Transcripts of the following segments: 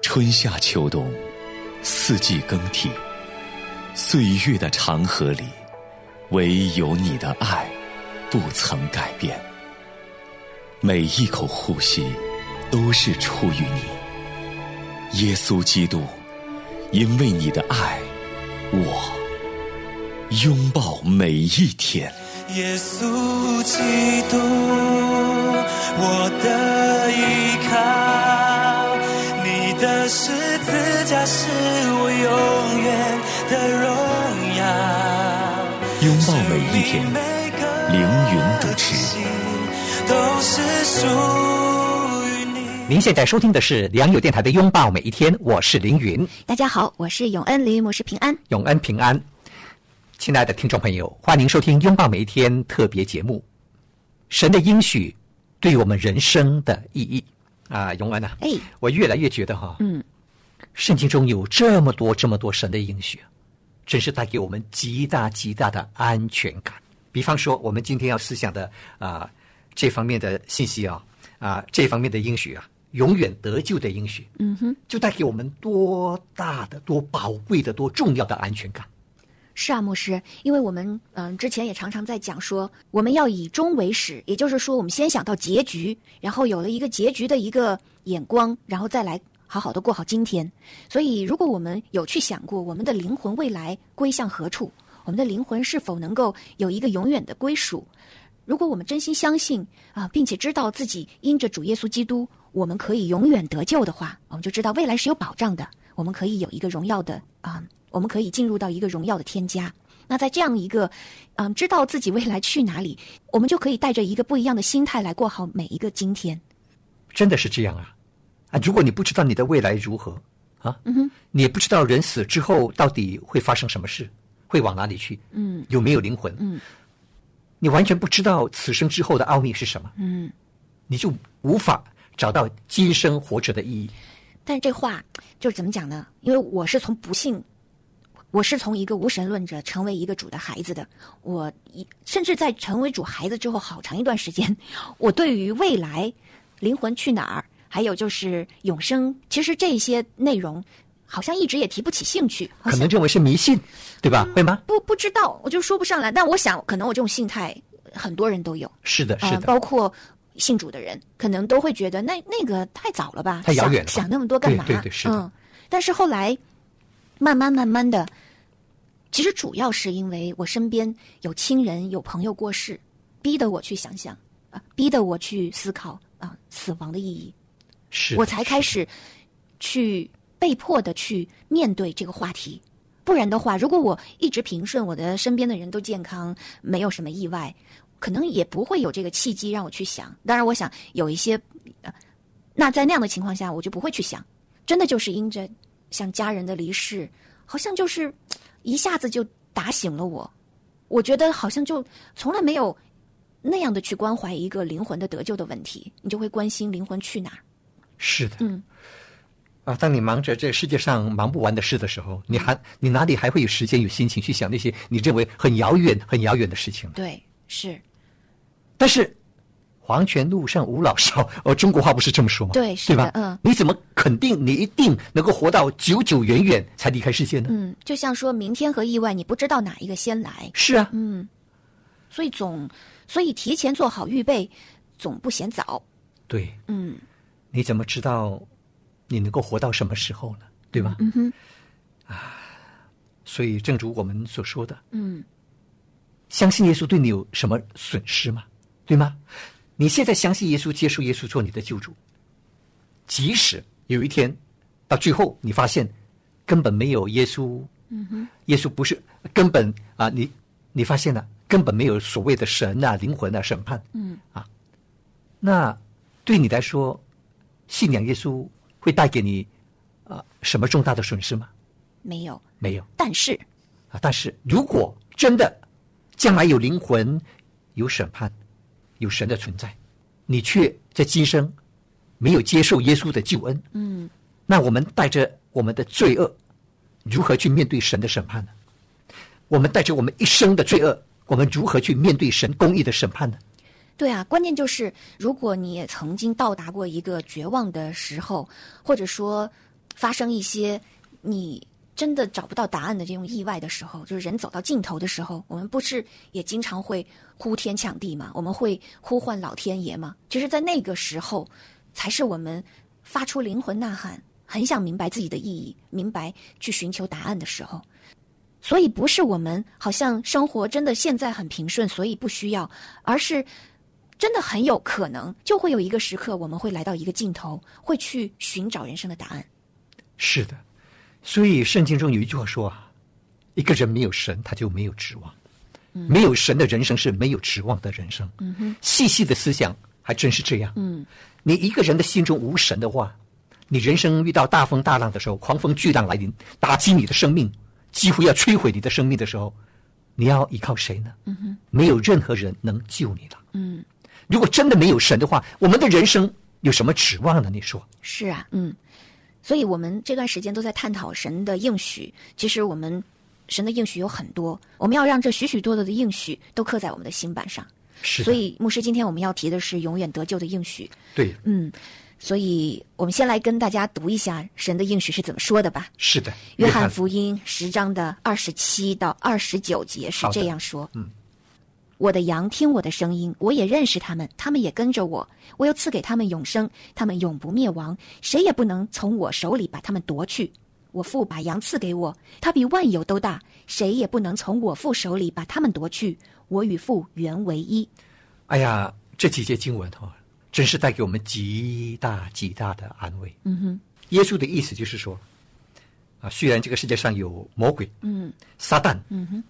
春夏秋冬，四季更替，岁月的长河里，唯有你的爱不曾改变。每一口呼吸都是出于你，耶稣基督，因为你的爱，我拥抱每一天。耶稣基督，我的依靠，你的十字架是我永远的荣耀。拥抱每一天，凌云主持。都是属于你。您现在收听的是良友电台的《拥抱每一天》，我是凌云，大家好，我是永恩林，我是平安。永恩平安。亲爱的听众朋友，欢迎收听《拥抱每一天》特别节目。神的应许对我们人生的意义啊，永恩啊，哎，我越来越觉得哈，嗯，圣经中有这么多这么多神的应许，真是带给我们极大极大的安全感。比方说，我们今天要思想的啊、这方面的信息啊啊、这方面的应许啊，永远得救的应许，嗯哼，就带给我们多大的、多宝贵的、多重要的安全感。是啊，牧师，因为我们嗯、呃之前也常常在讲说，我们要以终为始，也就是说，我们先想到结局，然后有了一个结局的一个眼光，然后再来好好的过好今天。所以，如果我们有去想过我们的灵魂未来归向何处，我们的灵魂是否能够有一个永远的归属，如果我们真心相信啊、并且知道自己因着主耶稣基督，我们可以永远得救的话，我们就知道未来是有保障的，我们可以有一个荣耀的啊、我们可以进入到一个荣耀的天家。那在这样一个，嗯、知道自己未来去哪里，我们就可以带着一个不一样的心态来过好每一个今天。真的是这样啊！啊，如果你不知道你的未来如何啊，嗯你也不知道人死之后到底会发生什么事，会往哪里去，嗯，有没有灵魂，嗯，你完全不知道此生之后的奥秘是什么，嗯，你就无法找到今生活着的意义。但是这话就是怎么讲呢？因为我是从不信，我是从一个无神论者成为一个主的孩子的。我一甚至在成为主孩子之后，好长一段时间， 我对于未来、灵魂去哪儿，还有就是永生，其实这些内容好像一直也提不起兴趣，好可像嗯能认为是迷信，对吧？会吗？不不知道，我就说不上来。但我想，可能我这种心态很多人都有，是的，呃是的，包括信主的人，可能都会觉得那那个太早了吧，太遥远了吧想，想那么多干嘛？对对对是的嗯，但是后来，慢慢慢慢的，其实主要是因为我身边有亲人、有朋友过世，逼得我去想想啊，逼得我去思考啊、死亡的意义，是的我才开始去被迫的去面对这个话题。不然的话，如果我一直平顺，我的身边的人都健康，没有什么意外，可能也不会有这个契机让我去想。当然，我想有一些，呃那在那样的情况下，我就不会去想。真的就是因着像家人的离世，好像就是嘖一下子就打醒了我。我觉得好像就从来没有那样的去关怀一个灵魂的得救的问题，你就会关心灵魂去哪儿。是的，嗯，啊，当你忙着这世界上忙不完的事的时候，你嗯还你哪里还会有时间有心情去想那些你认为很遥远、很遥远的事情呢？对，是但是黄泉路上无老少，呃，中国话不是这么说吗？对是的吧？嗯，你怎么肯定你一定能够活到久久远远才离开世界呢？嗯，就像说明天和意外，你不知道哪一个先来，是啊，嗯，所以总，所以提前做好预备，总不嫌早，对，嗯你怎么知道你能够活到什么时候呢？对吧？啊嗯哼，所以，正如我们所说的，嗯相信耶稣对你有什么损失吗？对吗？你现在相信耶稣，接受耶稣做你的救主，即使有一天到最后你发现根本没有耶稣，嗯哼，耶稣不是根本啊，你你发现了根本没有所谓的神啊、灵魂啊、审判，嗯啊，那对你来说，信仰耶稣会带给你啊什么重大的损失吗？没有，没有。但是，啊，但是如果真的将来有灵魂、有审判、有神的存在，你却在今生没有接受耶稣的救恩，嗯，那我们带着我们的罪恶，如何去面对神的审判呢？我们带着我们一生的罪恶，我们如何去面对神公义的审判呢？对啊，关键就是，如果你也曾经到达过一个绝望的时候，或者说发生一些你真的找不到答案的这种意外的时候，就是人走到尽头的时候，我们不是也经常会呼天抢地嘛？我们会呼唤老天爷嘛？就是在那个时候，才是我们发出灵魂呐喊，很想明白自己的意义，明白去寻求答案的时候。所以不是我们好像生活真的现在很平顺，所以不需要，而是真的很有可能就会有一个时刻，我们会来到一个尽头，会去寻找人生的答案。是的，所以圣经中有一句话说啊，一个人没有神，他就没有指望。没有神的人生是没有指望的人生。嗯哼，细细的思想还真是这样。嗯，你一个人的心中无神的话，你人生遇到大风大浪的时候，狂风巨浪来临，打击你的生命，几乎要摧毁你的生命的时候，你要依靠谁呢？嗯哼，没有任何人能救你了。嗯，如果真的没有神的话，我们的人生有什么指望呢？你说？是啊，嗯，所以我们这段时间都在探讨神的应许。其实我们神的应许有很多，我们要让这许许多多的应许都刻在我们的心板上。是的所以牧师，今天我们要提的是永远得救的应许。对，嗯，所以我们先来跟大家读一下神的应许是怎么说的吧。是的，约翰福音十章的二十七到二十九节是好的这样说：“嗯，我的羊听我的声音，我也认识他们，他们也跟着我。我又赐给他们永生，他们永不灭亡，谁也不能从我手里把他们夺去。我父把羊赐给我，他比万有都大，谁也不能从我父手里把他们夺去。我与父原为一。哎呀，这几节经文哈、真是带给我们极大极大的安慰。嗯哼，耶稣的意思就是说，啊，虽然这个世界上有魔鬼，嗯，撒旦，嗯哼，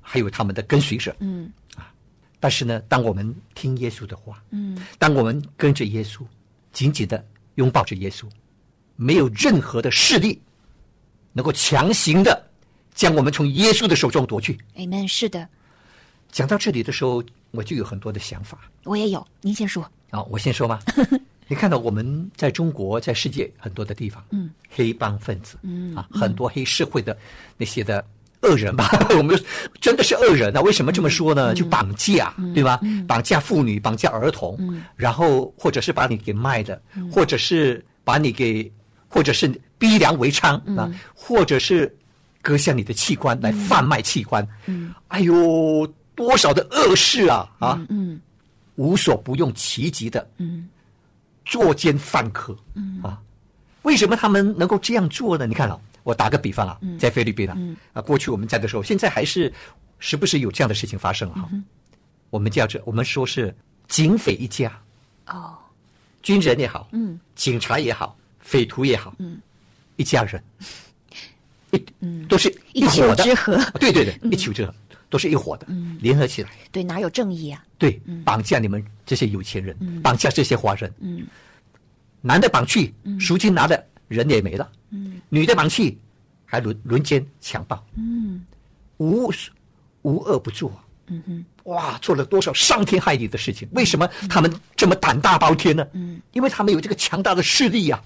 还有他们的跟随者，嗯，啊，但是呢，当我们听耶稣的话，嗯，当我们跟着耶稣，紧紧的拥抱着耶稣，没有任何的势力能够强行的将我们从耶稣的手中夺去。 ”Amen。是的，讲到这里的时候，我就有很多的想法。我也有。您先说。啊、我先说 吧。你看到我们在中国，在世界很多的地方，嗯，黑帮分子，嗯啊，很多黑社会的那些的恶人吧， 我们真的是恶人啊！为什么这么说呢？就绑架，对吧？绑架妇女，绑架儿童，然后或者是把你给卖了，或者是把你给，或者是逼良为娼啊，或者是割下你的器官来贩卖器官，嗯，哎呦，多少的恶事啊啊！无所不用其极的，嗯，作奸犯科，嗯啊，为什么他们能够这样做呢？你看啊，我打个比方啊，在菲律宾啊，啊，过去我们在的时候，现在还是时不时有这样的事情发生啊。我们叫这，我们说是警匪一家，哦，军人也好，嗯，警察也好，匪徒也好，嗯，一家人，一嗯，都是一伙丘的之貉啊对对对，一丘之貉，都是一伙的，联合起来。对，哪有正义啊？对，绑架你们这些有钱人，绑架这些华人，男的绑去，赎金拿的人也没了，女的绑去，还轮轮奸强暴，无无恶不作，啊哇，做了多少伤天害理的事情？为什么他们这么胆大包天呢？因为他们有这个强大的势力呀、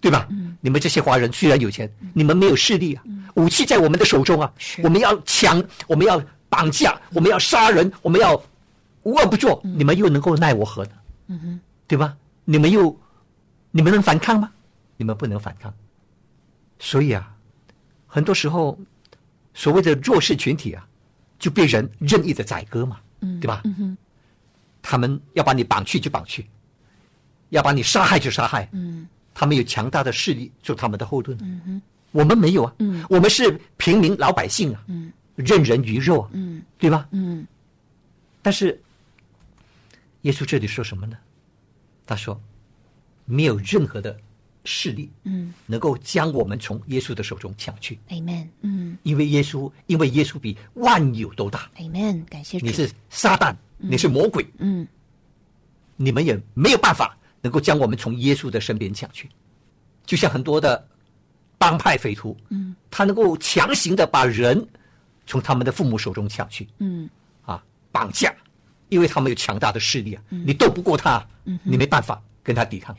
对吧？你们这些华人虽然有钱，你们没有势力啊，武器在我们的手中啊，我们要抢，我们要绑架，我们要杀人，我们要无恶不作，你们又能够奈我何呢？对吧？你们又，你们能反抗吗？你们不能反抗。所以啊，很多时候，所谓的弱势群体啊，就被人任意的宰割嘛，对吧？他们要把你绑去就绑去，要把你杀害就杀害。他们有强大的势力做他们的后盾。我们没有啊，我们是平民老百姓啊，任人鱼肉啊，对吧？但是耶稣这里说什么呢？他说，没有任何的势力，嗯，能够将我们从耶稣的手中抢去， Amen，嗯因为耶稣，因为耶稣比万有都大。 ，Amen，感谢主。你是撒旦，你是魔鬼，嗯，你们也没有办法能够将我们从耶稣的身边抢去。就像很多的帮派匪徒，嗯，他能够强行的把人从他们的父母手中抢去，嗯，啊，绑架，因为他们有强大的势力啊，你斗不过他，你没办法跟他抵抗。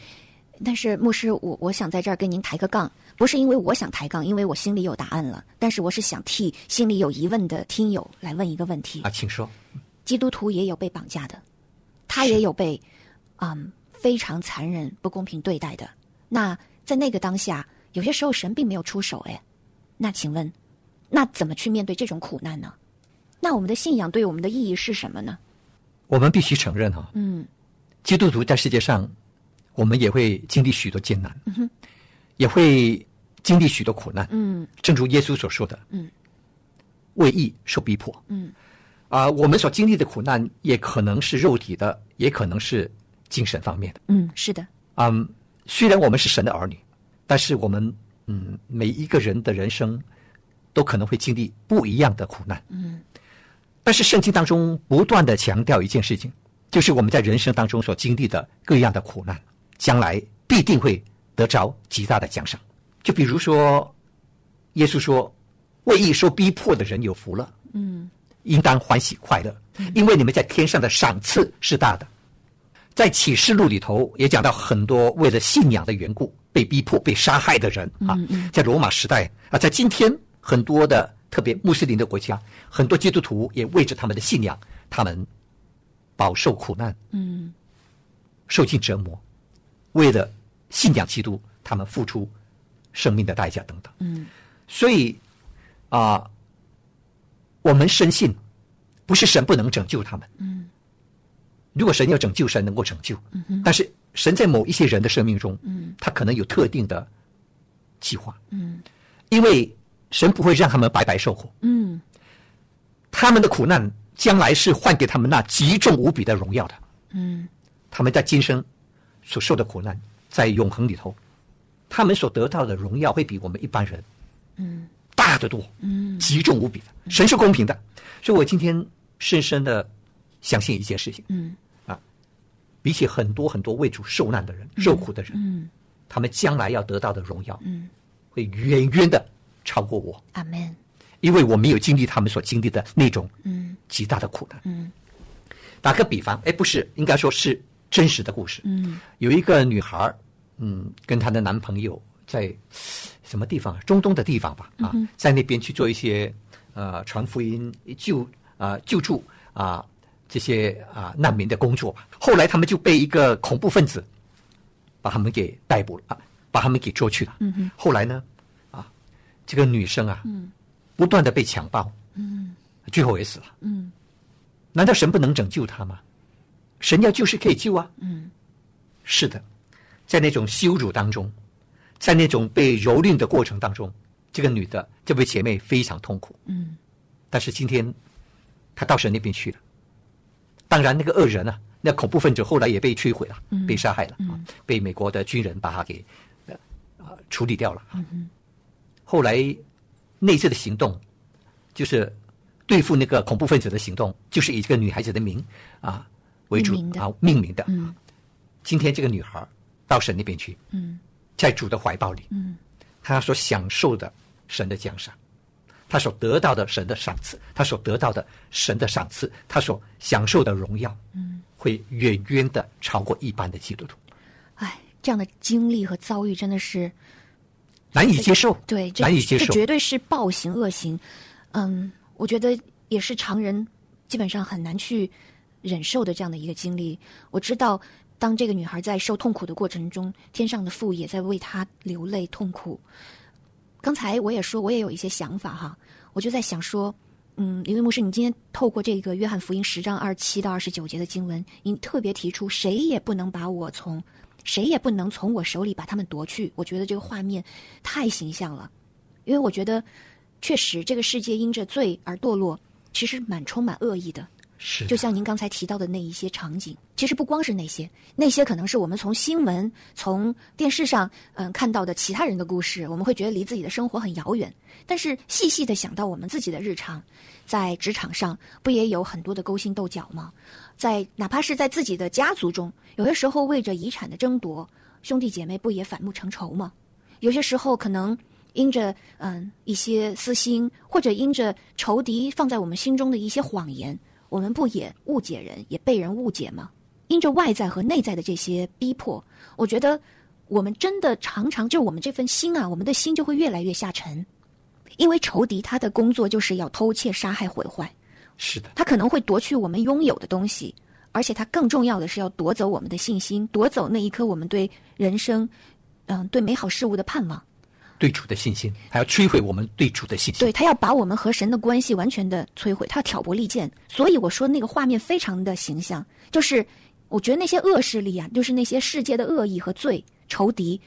但是牧师，我我想在这儿跟您抬个杠，不是因为我想抬杠，因为我心里有答案了。但是我是想替心里有疑问的听友来问一个问题：啊，请说，基督徒也有被绑架的，他也有被嗯非常残忍、不公平对待的。那在那个当下，有些时候神并没有出手，哎，那请问，那怎么去面对这种苦难呢？那我们的信仰对我们的意义是什么呢？我们必须承认哈、嗯，基督徒在世界上，我们也会经历许多艰难，也会经历许多苦难。嗯，正如耶稣所说的，嗯，为义受逼迫。嗯，啊、我们所经历的苦难也可能是肉体的，也可能是精神方面的。嗯，是的，嗯，虽然我们是神的儿女，但是我们嗯，每一个人的人生都可能会经历不一样的苦难。嗯，但是圣经当中不断的强调一件事情，就是我们在人生当中所经历的各样的苦难，将来必定会得着极大的奖赏。就比如说，耶稣说：“为义受逼迫的人有福了。”嗯，应当欢喜快乐，因为你们在天上的赏赐是大的。在启示录里头也讲到很多为了信仰的缘故被逼迫、被杀害的人啊，在罗马时代啊，在今天很多的特别穆斯林的国家，很多基督徒也为着他们的信仰，他们饱受苦难，嗯，受尽折磨，为了信仰基督，他们付出生命的代价等等，嗯，所以啊、我们深信，不是神不能拯救他们，如果神要拯救，神能够拯救，嗯但是神在某一些人的生命中，他可能有特定的计划，因为神不会让他们白白受苦，嗯他们的苦难将来是换给他们那极重无比的荣耀的，嗯他们在今生所受的苦难，在永恒里头，他们所得到的荣耀会比我们一般人，嗯大得多，极重无比的，神是公平的，所以我今天深深的相信一件事情，嗯啊，比起很多很多为主受难的人、受苦的人，嗯，他们将来要得到的荣耀，嗯，会远远的超过我，阿门，因为我没有经历他们所经历的那种嗯极大的苦难。嗯，打个比方，哎，不是，应该说是真实的故事。嗯，有一个女孩儿，嗯，跟她的男朋友在什么地方啊？中东的地方吧，啊，嗯在那边去做一些呃传福音、救啊救助啊、这些啊、难民的工作吧。后来他们就被一个恐怖分子把他们给逮捕了，啊、把他们给捉去了。嗯后来呢，啊，这个女生啊，嗯，不断的被强暴，嗯，最后也死了。嗯难道神不能拯救他吗？神要救是可以救啊。嗯，是的，在那种羞辱当中，在那种被蹂躏的过程当中，这个女的这位姐妹非常痛苦。嗯，但是今天她到神那边去了。当然，那个恶人啊，那恐怖分子后来也被摧毁了，被杀害了、啊，被美国的军人把他给呃啊处理掉了、嗯啊。后来那次的行动就是对付那个恐怖分子的行动，就是以这个女孩子的名啊为主命名的啊命名的。今天这个女孩到神那边去，嗯在主的怀抱里，嗯她所享受的神的奖赏，她所得到的神的赏赐，她所得到的神的赏赐，她所享受的荣耀，嗯，会远远的超过一般的基督徒，哎，这样的经历和遭遇真的是难以接受，对，这难以接这受，绝对是暴行恶行。嗯，我觉得也是常人基本上很难去忍受的这样的一个经历。我知道，当这个女孩在受痛苦的过程中，天上的父也在为她流泪痛苦。刚才我也说，我也有一些想法哈，我就在想说，嗯，李卫牧师，你今天透过这个约翰福音十章二十七到二十九节的经文，你特别提出，谁也不能把我从，谁也不能从我手里把他们夺去。我觉得这个画面太形象了，因为我觉得确实这个世界因着罪而堕落，其实蛮充满恶意的。是就像您刚才提到的那一些场景，其实不光是那些，那些可能是我们从新闻、从电视上嗯、看到的其他人的故事，我们会觉得离自己的生活很遥远。但是细细的想到我们自己的日常，在职场上不也有很多的勾心斗角吗？在哪怕是在自己的家族中，有些时候为着遗产的争夺，兄弟姐妹不也反目成仇吗？有些时候可能因着嗯一些私心，或者因着仇敌放在我们心中的一些谎言，我们不也误解人，也被人误解吗？因着外在和内在的这些逼迫，我觉得我们真的常常就我们这份心啊，我们的心就会越来越下沉，因为仇敌他的工作就是要偷窃、杀害、毁坏。是的，他可能会夺去我们拥有的东西，而且他更重要的是要夺走我呃们的信心，夺走那一颗我们对人生，嗯、对美好事物的盼望。对主的信心，还要摧毁我们对主的信心。对他要把我们和神的关系完全的摧毁，他要挑拨离间。所以我说那个画面非常的形象，就是我觉得那些恶势力啊，就是那些世界的恶意和罪、仇敌，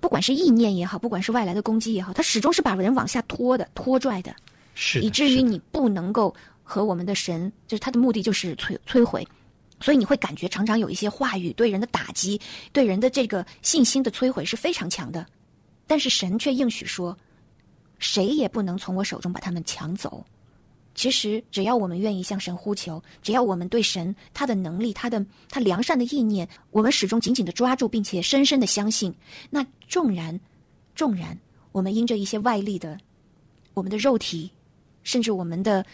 不管是意念也好，不管是外来的攻击也好，他始终是把人往下拖的、拖拽的，是的，以至是的于你不能够和我们的神，就是他的目的就是摧摧毁。所以你会感觉常常有一些话语对人的打击，对人的这个信心的摧毁是非常强的。但是神却应许说，谁也不能从我手中把他们抢走。其实，只要我们愿意向神呼求，只要我们对神他的能力、他的他良善的意念，我们始终紧紧的抓住，并且深深的相信，那纵然纵然我们因着一些外力的，我们的肉体，甚至我们的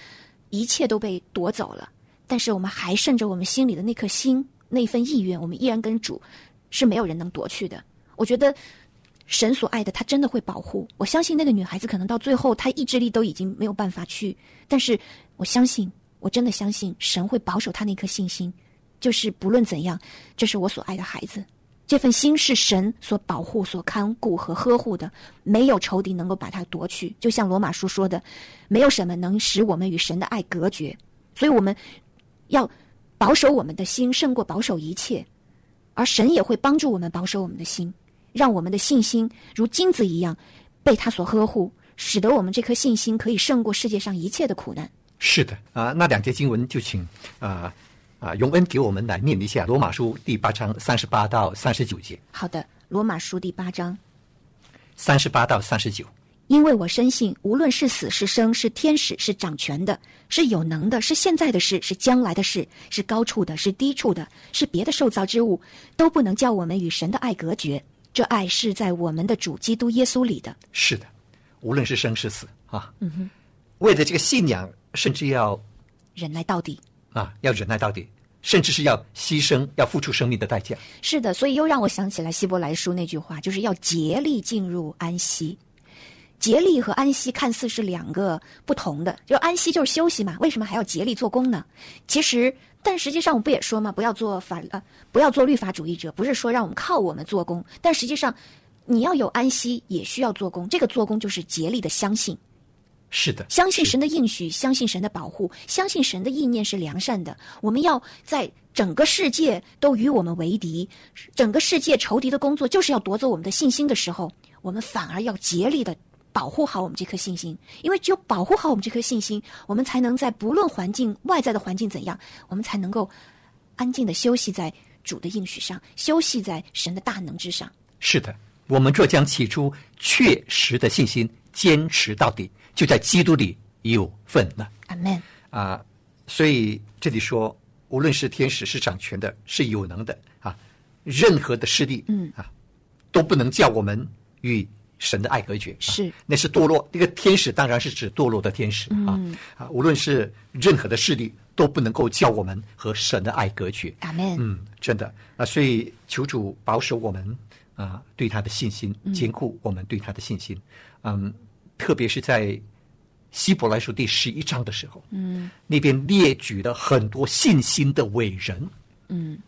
一切都被夺走了，但是我们还顺着我们心里的那颗心、那份意愿，我们依然跟主，是没有人能夺去的。我觉得神所爱的，他真的会保护。我相信那个女孩子可能到最后，她意志力都已经没有办法去，但是我相信，我真的相信神会保守她那颗信心，就是不论怎样，这是我所爱的孩子。这份心是神所保护、所看顾和呵护的，没有仇敌能够把它夺去。就像罗马书说的，没有什么能使我们与神的爱隔绝。所以我们要保守我们的心，胜过保守一切。而神也会帮助我们保守我们的心，让我们的信心如金子一样被他所呵护，使得我们这颗信心可以胜过世界上一切的苦难。是的啊、那两节经文就请啊啊永恩给我们来念一下《罗马书》第八章三十八到三十九节，好的，《罗马书》第八章。三十八到三十九。因为我深信，无论是死是生，是天使是掌权的，是有能的，是现在的事，是将来的事，是高处的，是低处的，是别的受造之物，都不能叫我们与神的爱隔绝。这爱是在我们的主基督耶稣里的。是的，无论是生是死啊，嗯哼，为了这个信仰，甚至要忍耐到底。啊要忍耐到底，甚至是要牺牲，要付出生命的代价。是的，所以又让我想起来希伯来书那句话，就是要竭力进入安息。竭力和安息看似是两个不同的，就安息就是休息嘛，为什么还要竭力做工呢？其实，但实际上我不也说嘛，不要做法呃，不要做律法主义者，不是说让我们靠我们做工，但实际上你要有安息，也需要做工。这个做工就是竭力的相信，是的，相信神的应许，相信神的保护，相信神的意念是良善的。我们要在整个世界都与我们为敌，整个世界仇敌的工作就是要夺走我们的信心的时候，我们反而要竭力的保护好我们这颗信心，因为只有保护好我们这颗信心，我们才能在不论环境外在的环境怎样，我们才能够安静的休息在主的应许上，休息在神的大能之上。是的，我们若将起初确实的信心坚持到底，就在基督里有份了。阿门。啊，所以这里说，无论是天使是掌权的，是有能的啊，任何的势力，嗯啊，都不能叫我们与神的爱隔绝。啊是那是堕落。那个天使当然是指堕落的天使啊、啊，无论是任何的势力，都不能够叫我们和神的爱隔绝。阿门嗯，真的啊，所以求主保守我们啊，对他的信心，兼顾我们对他的信心。嗯，特别是在希伯来书第十一章的时候，嗯，那边列举了很多信心的伟人，嗯，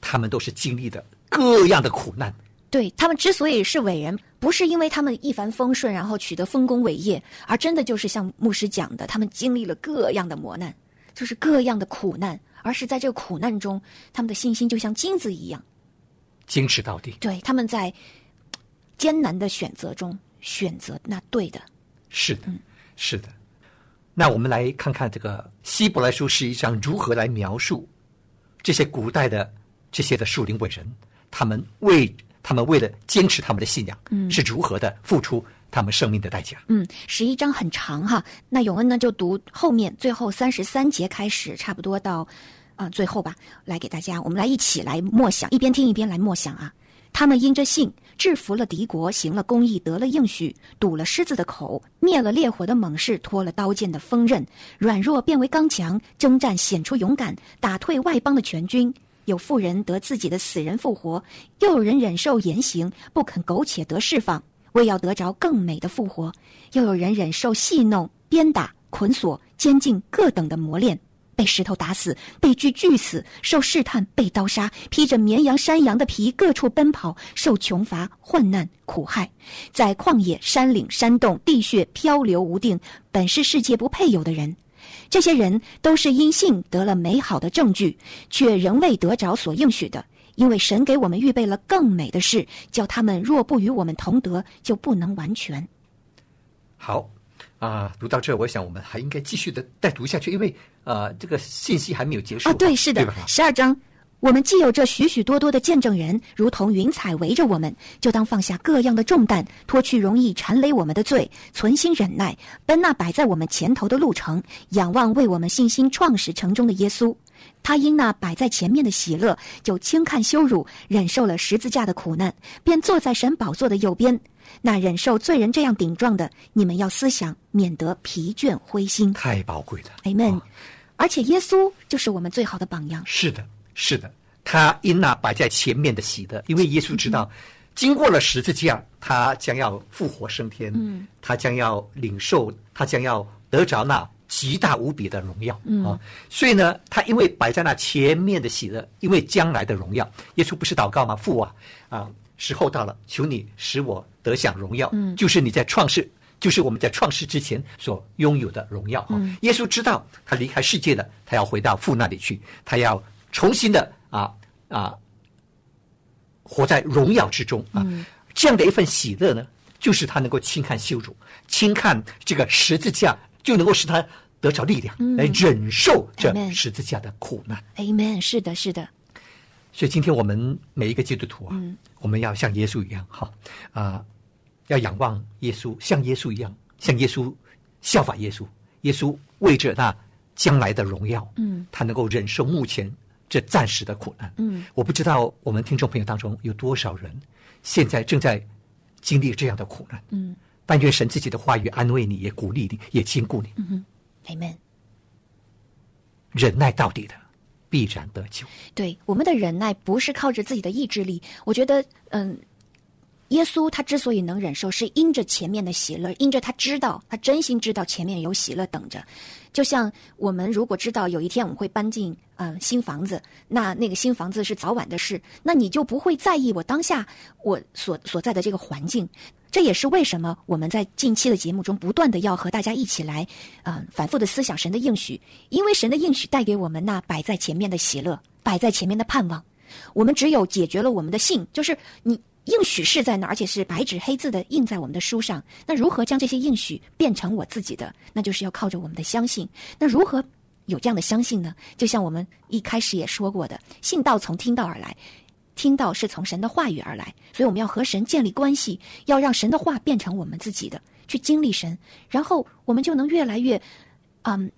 他们都是经历的各样的苦难，对他们之所以是伟人，不是因为他们一帆风顺，然后取得丰功伟业，而真的就是像牧师讲的，他们经历了各样的磨难，就是各样的苦难，而是在这个苦难中，他们的信心就像金子一样，坚持到底。对，他们在艰难的选择中选择那对的。是的，嗯是的。那我们来看看这个希伯来书十一章如何来描述这些古代的这些的树林伟人，他们为他们为了坚持他们的信仰，嗯，是如何的付出他们生命的代价。嗯，十一章很长哈，那永恩呢就读后面最后三十三节开始，差不多到啊、最后吧，来给大家，我们来一起来默想，一边听一边来默想啊。他们因着信制服了敌国，行了公义，得了应许，堵了狮子的口，灭了烈火的猛士，脱了刀剑的锋刃，软弱变为刚强，征战显出勇敢，打退外邦的全军。有妇人得自己的死人复活，又有人忍受严刑，不肯苟且得释放，为要得着更美的复活；又有人忍受戏弄、鞭打、捆锁、监禁各等的磨练，被石头打死，被锯锯死，受试探，被刀杀，披着绵羊、山羊的皮各处奔跑，受穷乏、患难、苦害，在旷野、山岭、山洞、地穴漂流无定，本是世界不配有的人。这些人都是因信得了美好的证据，却仍未得着所应许的，因为神给我们预备了更美的事，叫他们若不与我们同得，就不能完全。好啊，读到这，我想我们还应该继续的再读下去，因为呃，这个信息还没有结束啊，对，是的对吧，十二章。我们既有这许许多多的见证人，如同云彩围着我们，就当放下各样的重担，脱去容易缠累我们的罪，存心忍耐，奔那摆在我们前头的路程，仰望为我们信心创始成终的耶稣。他因那摆在前面的喜乐，就轻看羞辱，忍受了十字架的苦难，便坐在神宝座的右边。那忍受罪人这样顶撞的，你们要思想，免得疲倦灰心。太宝贵了。 Amen。而且耶稣就是我们最好的榜样。是的，是的，他因那摆在前面的喜乐，因为耶稣知道，经过了十字架，他将要复活升天，嗯，他将要领受，他将要得着那极大无比的荣耀，嗯啊，所以呢，他因为摆在那前面的喜乐，因为将来的荣耀，耶稣不是祷告吗？父啊，啊，时候到了，求你使我得享荣耀，嗯，就是你在创世。就是我们在创世之前所拥有的荣耀。嗯、耶稣知道他离开世界了，他要回到父那里去，他要重新的啊啊，活在荣耀之中啊。这样的一份喜乐呢，就是他能够轻看羞辱，轻看这个十字架，就能够使他得着力量，来忍受这 Amen 十字架的苦难。 Amen。是的，是的，所以今天我们每一个基督徒啊，我们要像耶稣一样，哈啊，要仰望耶稣，像耶稣一样，像耶稣效法耶稣。耶稣为着那将来的荣耀，嗯，他能够忍受目前这暂时的苦难，嗯，我不知道我们听众朋友当中有多少人现在正在经历这样的苦难，嗯，但愿神自己的话语安慰你，也鼓励你，也坚固你， Amen。忍耐到底的，必然得救。对我们的忍耐不是靠着自己的意志力，我觉得，嗯，耶稣他之所以能忍受，是因着前面的喜乐，因着他知道，他真心知道前面有喜乐等着。就像我们如果知道有一天我们会搬进呃新房子，那那个新房子是早晚的事，那你就不会在意我当下我所所在的这个环境。这也是为什么我们在近期的节目中不断的要和大家一起来，嗯、反复的思想神的应许，因为神的应许带给我们那摆在前面的喜乐，摆在前面的盼望。我们只有解决了我们的信，就是你应许是在那儿，而且是白纸黑字的印在我们的书上。那如何将这些应许变成我自己的？那就是要靠着我们的相信。那如何有这样的相信呢？就像我们一开始也说过的，信道从听道而来。听到是从神的话语而来，所以我们要和神建立关系，要让神的话变成我们自己的，去经历神，然后我们就能越来越，嗯，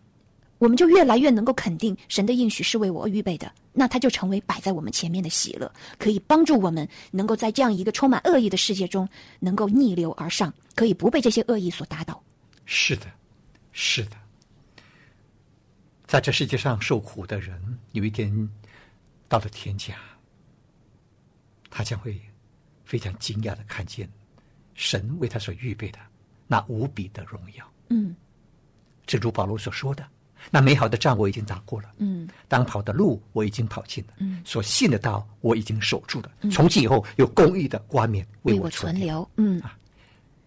我们就越来越能够肯定神的应许是为我预备的，那它就成为摆在我们前面的喜乐，可以帮助我们能够在这样一个充满恶意的世界中，能够逆流而上，可以不被这些恶意所打倒。是的，是的，在这世界上受苦的人，有一天到了天家，他将会非常惊讶的看见神为他所预备的那无比的荣耀。嗯，正如保罗所说的，那美好的仗我已经打过了，嗯，当跑的路我已经跑尽了，嗯，所信的道我已经守住了。从今以后，有公义的冠冕为为我我存存留。留。嗯，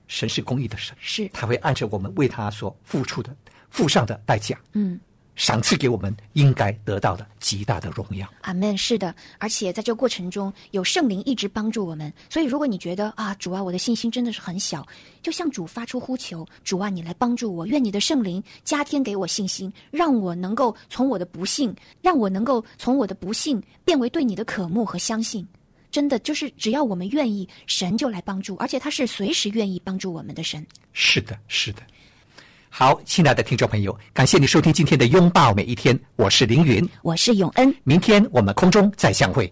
神是公义的神，是他会按照我们为他所付出的、付上的代价，嗯，赏赐给我们应该得到的极大的荣耀。阿门，是的，而且在这个过程中有圣灵一直帮助我们，所以如果你觉得啊，主啊，我的信心真的是很小，就向主发出呼求，主啊，你来帮助我，愿你的圣灵加添给我信心，让我能够从我的不幸，让我能够从我的不幸变为对你的渴慕和相信。真的就是只要我们愿意，神就来帮助，而且他是随时愿意帮助我们的神。是的，是的。好，亲爱的听众朋友，感谢你收听今天的《拥抱每一天》，我是凌云，我是永恩。明天我们空中再相会。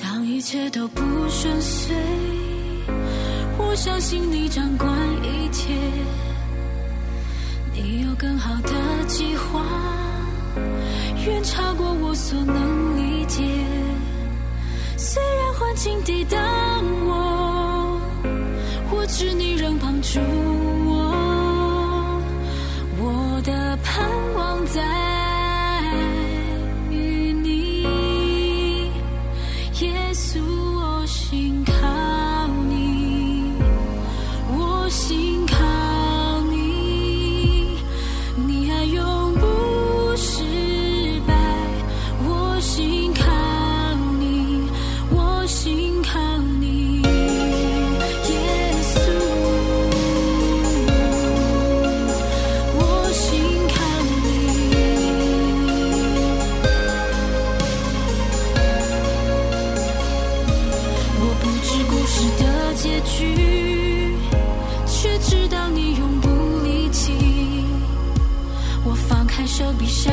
当一切都不顺遂，我相信你掌管一切，你有更好的计划。愿所能理解。虽然环境抵挡我，我只你仍帮助我。我的盼望在于你，耶稣，我信靠你，我信靠你，你爱永不失败。我信靠你，我信靠你，耶稣。我信靠你，我不知故事的结局，却知道你永不离弃。我放开手臂，像